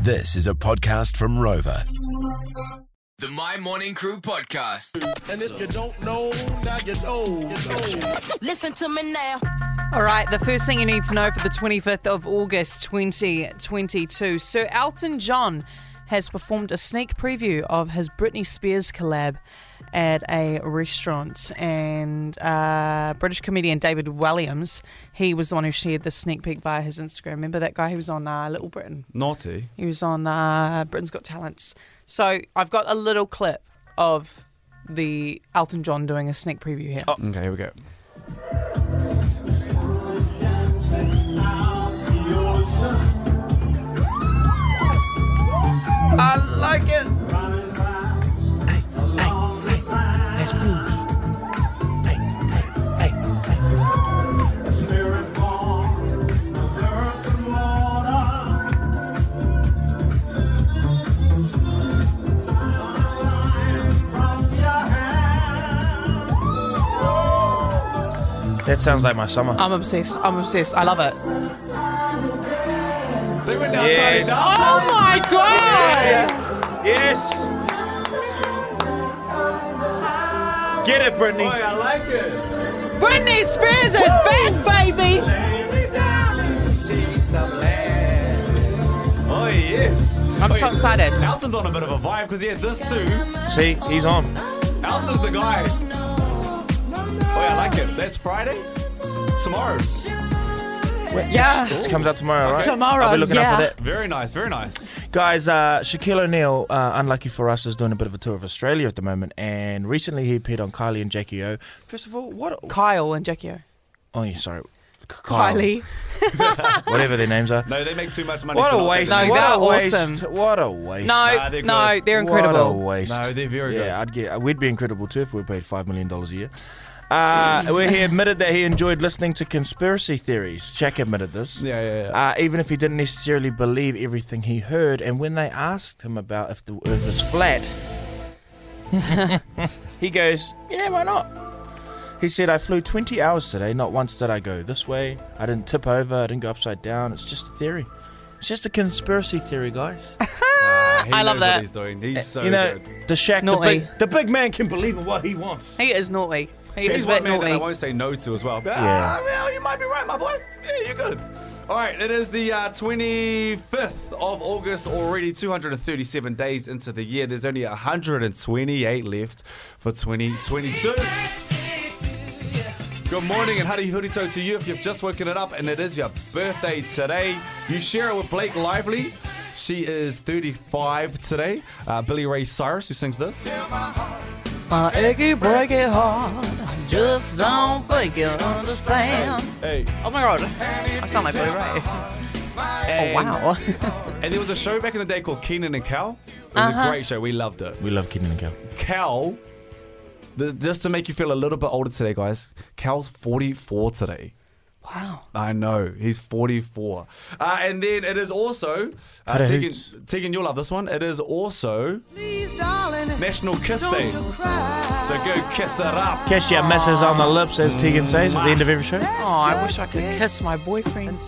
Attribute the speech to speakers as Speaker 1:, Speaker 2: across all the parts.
Speaker 1: This is a podcast from Rover.
Speaker 2: The My Morning Crew Podcast.
Speaker 3: And if you don't know, now you know. You know.
Speaker 4: Listen to me now.
Speaker 5: All right, the first thing you need to know for the 25th of August 2022 Sir Elton John has performed a sneak preview of his Britney Spears collab at a restaurant. And uh, British comedian David Williams, he was the one who shared the sneak peek via his Instagram. Remember that guy who was on uh, Little Britain?
Speaker 6: Naughty.
Speaker 5: He was on uh, Britain's Got Talents. So I've got a little clip of the Elton John doing a sneak preview here.
Speaker 6: Okay, here we go.
Speaker 7: I like it. That sounds like my summer.
Speaker 5: I'm obsessed. I'm obsessed. I love it.
Speaker 7: yes.
Speaker 5: Oh my god!
Speaker 7: Yes. Get it, Brittany.
Speaker 5: Britney Spears is back, baby.
Speaker 6: Oh, yes.
Speaker 5: I'm so excited.
Speaker 6: Elton's on a bit of a vibe because he had this too.
Speaker 7: See, he's on.
Speaker 6: Elton's the guy. Oh, I like it. That's Friday. Tomorrow.
Speaker 5: Yeah.
Speaker 7: This comes out tomorrow, right?
Speaker 5: Tomorrow,
Speaker 7: I'll be looking out
Speaker 5: yeah.
Speaker 7: for
Speaker 6: Very nice, very nice.
Speaker 7: that. Guys, uh, Shaquille O'Neal, uh, unlucky for us, is doing a bit of a tour of Australia at the moment, and recently he appeared on Kylie and Jackie O. First of all, what?
Speaker 5: Kyle and Jackie. O.
Speaker 7: Oh, yeah, sorry. K- Kyle.
Speaker 5: Kylie.
Speaker 7: Whatever their names are.
Speaker 6: No, they make too much money.
Speaker 7: What
Speaker 6: to
Speaker 7: a
Speaker 6: not say
Speaker 7: waste.
Speaker 5: No,
Speaker 6: that.
Speaker 5: they
Speaker 7: what
Speaker 5: are
Speaker 7: a waste.
Speaker 5: awesome.
Speaker 7: What a waste.
Speaker 5: No,
Speaker 6: Nah, they're
Speaker 5: no,
Speaker 6: good.
Speaker 5: they're
Speaker 7: What a
Speaker 5: incredible.
Speaker 7: waste.
Speaker 6: No, they're very
Speaker 7: yeah,
Speaker 6: good.
Speaker 7: I'd get. We'd be incredible too if we were paid five million dollars a year. Uh, where he admitted that he enjoyed listening to conspiracy theories. Jack admitted this.
Speaker 6: Yeah, yeah, yeah.
Speaker 7: Uh, even if he didn't necessarily believe everything he heard, and when they asked him about if the Earth is flat, he goes, "Yeah, why not?" He said, "I flew 20 hours today. Not once did I go this way. I didn't tip over. I didn't go upside down. It's just a theory. It's just a conspiracy theory, guys."
Speaker 6: Ah, he
Speaker 5: I love
Speaker 6: knows
Speaker 5: that.
Speaker 6: What he's doing. He's so
Speaker 7: you know,
Speaker 6: good.
Speaker 7: the Shaq, the
Speaker 5: Naughty.
Speaker 7: big, the big man can believe in what he wants.
Speaker 5: He is naughty. He
Speaker 6: He's
Speaker 5: is a
Speaker 6: one
Speaker 5: bit
Speaker 6: man that I
Speaker 5: naughty.
Speaker 6: won't say no to as well. But,
Speaker 7: Yeah.
Speaker 6: Ah, well, you might be right, my boy. Yeah, you're good. All right, it is the uh, 25th of August already, 237 days into the year. There's only 128 left for 2022. Good morning and hurry hurito to you if you've just woken it up and it is your birthday today. You share it with Blake Lively. She is 35 today. Uh, Billy Ray Cyrus, who sings this.
Speaker 5: My achy, breaky heart. I just don't think you understand.
Speaker 6: Hey.
Speaker 5: Oh my god. I sound like Billy Ray. Oh
Speaker 6: And-
Speaker 5: wow.
Speaker 6: And there was a show back in the day called Keenan and Cal. It was a great show. We loved it.
Speaker 7: We love Kid and Cal.
Speaker 6: Cal, the, just to make you feel a little bit older today, guys. Cal's 44 today.
Speaker 5: wow.
Speaker 6: I know he's 44. Uh, and then it is also uh,
Speaker 7: Cutter
Speaker 6: Tegan,
Speaker 7: Hoots.
Speaker 6: Tegan, you'll love this one. It is also National Kiss Day. So go kiss it up.
Speaker 7: Kiss your missus on the lips, as Tegan says at the end of every show.
Speaker 5: Oh, I wish I could kiss my boyfriend.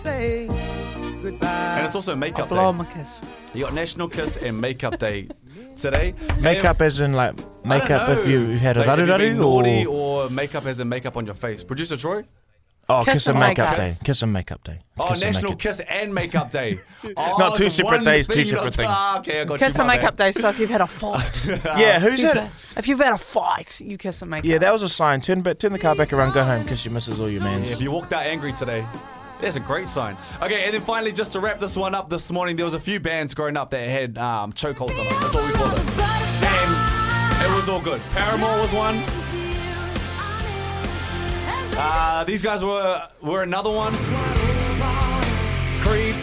Speaker 6: And it's also Makeup
Speaker 5: Blow
Speaker 6: Day.
Speaker 5: him a kiss.
Speaker 6: You got National Kiss and Makeup Day today.
Speaker 7: Makeup as in
Speaker 6: I
Speaker 7: like
Speaker 6: don't
Speaker 7: makeup if
Speaker 6: know.
Speaker 7: you had a
Speaker 6: Like, have
Speaker 7: radu
Speaker 6: you been naughty
Speaker 7: radu or
Speaker 6: or makeup as in makeup on your face. Producer Troy.
Speaker 7: oh
Speaker 5: Kiss
Speaker 7: kiss and
Speaker 5: and
Speaker 7: makeup
Speaker 5: makeup.
Speaker 7: day, kiss and makeup day. It's
Speaker 6: Oh,
Speaker 7: kiss and
Speaker 6: National
Speaker 7: makeup.
Speaker 6: Kiss and Makeup Day. Oh,
Speaker 7: Not two
Speaker 6: it's
Speaker 7: separate
Speaker 6: one
Speaker 7: days, two
Speaker 6: thing you
Speaker 7: separate
Speaker 6: got- Ah, okay, I got
Speaker 5: Kiss
Speaker 6: you,
Speaker 5: and
Speaker 6: my
Speaker 5: makeup
Speaker 6: bad.
Speaker 5: day. So if you've had a fight,
Speaker 7: Yeah, who's
Speaker 5: if,
Speaker 7: that?
Speaker 5: you- if you've had a fight, you kiss and make
Speaker 7: Yeah,
Speaker 5: up.
Speaker 7: that was a sign. Turn back, turn the car back around, go home, kiss your missus or your man.
Speaker 6: If you walked out angry today, that's a great sign. Okay, and then finally, just to wrap this one up this morning, there was a few bands growing up that had um, chokeholds on them. That's all we called it. And it was all good. Paramore was one. Uh, these guys were were another one. Creed.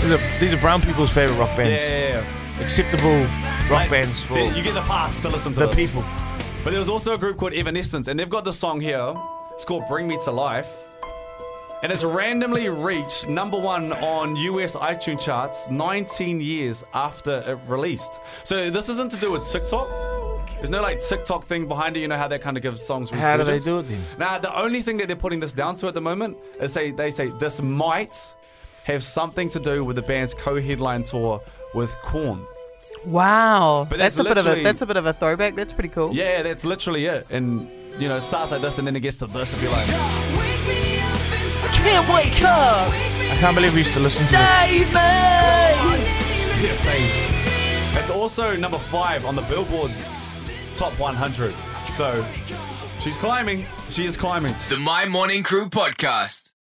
Speaker 7: These are, these are brown people's favorite rock
Speaker 6: Yeah,
Speaker 7: bands.
Speaker 6: yeah, yeah.
Speaker 7: Acceptable rock
Speaker 6: Like,
Speaker 7: bands for
Speaker 6: You get the pass to listen to
Speaker 7: the
Speaker 6: this.
Speaker 7: people.
Speaker 6: But there was also a group called Evanescence, and they've got this song here. It's called Bring Me to Life. And it's randomly reached number one on US iTunes charts 19 years after it released. So this isn't to do with TikTok. There's no like TikTok thing behind it. You know how that kind of gives songs.
Speaker 7: How do they
Speaker 6: resurgence?
Speaker 7: do it then?
Speaker 6: Now the only thing that they're putting this down to at the moment is they they say this might have something to do with the band's co-headline tour with Korn.
Speaker 5: Wow,
Speaker 6: But
Speaker 5: that's,
Speaker 6: that's
Speaker 5: a bit of a
Speaker 6: literally-
Speaker 5: that's a bit of a throwback. That's pretty cool.
Speaker 6: Yeah, that's literally it. And you know, it starts like this, and then it gets to this, and you're like.
Speaker 5: Can't wake up,
Speaker 7: I can't believe we used to listen to this.
Speaker 5: save me.
Speaker 6: It's also number five on the Billboard's top 100. So she's climbing. She is climbing.
Speaker 2: The My Morning Crew Podcast.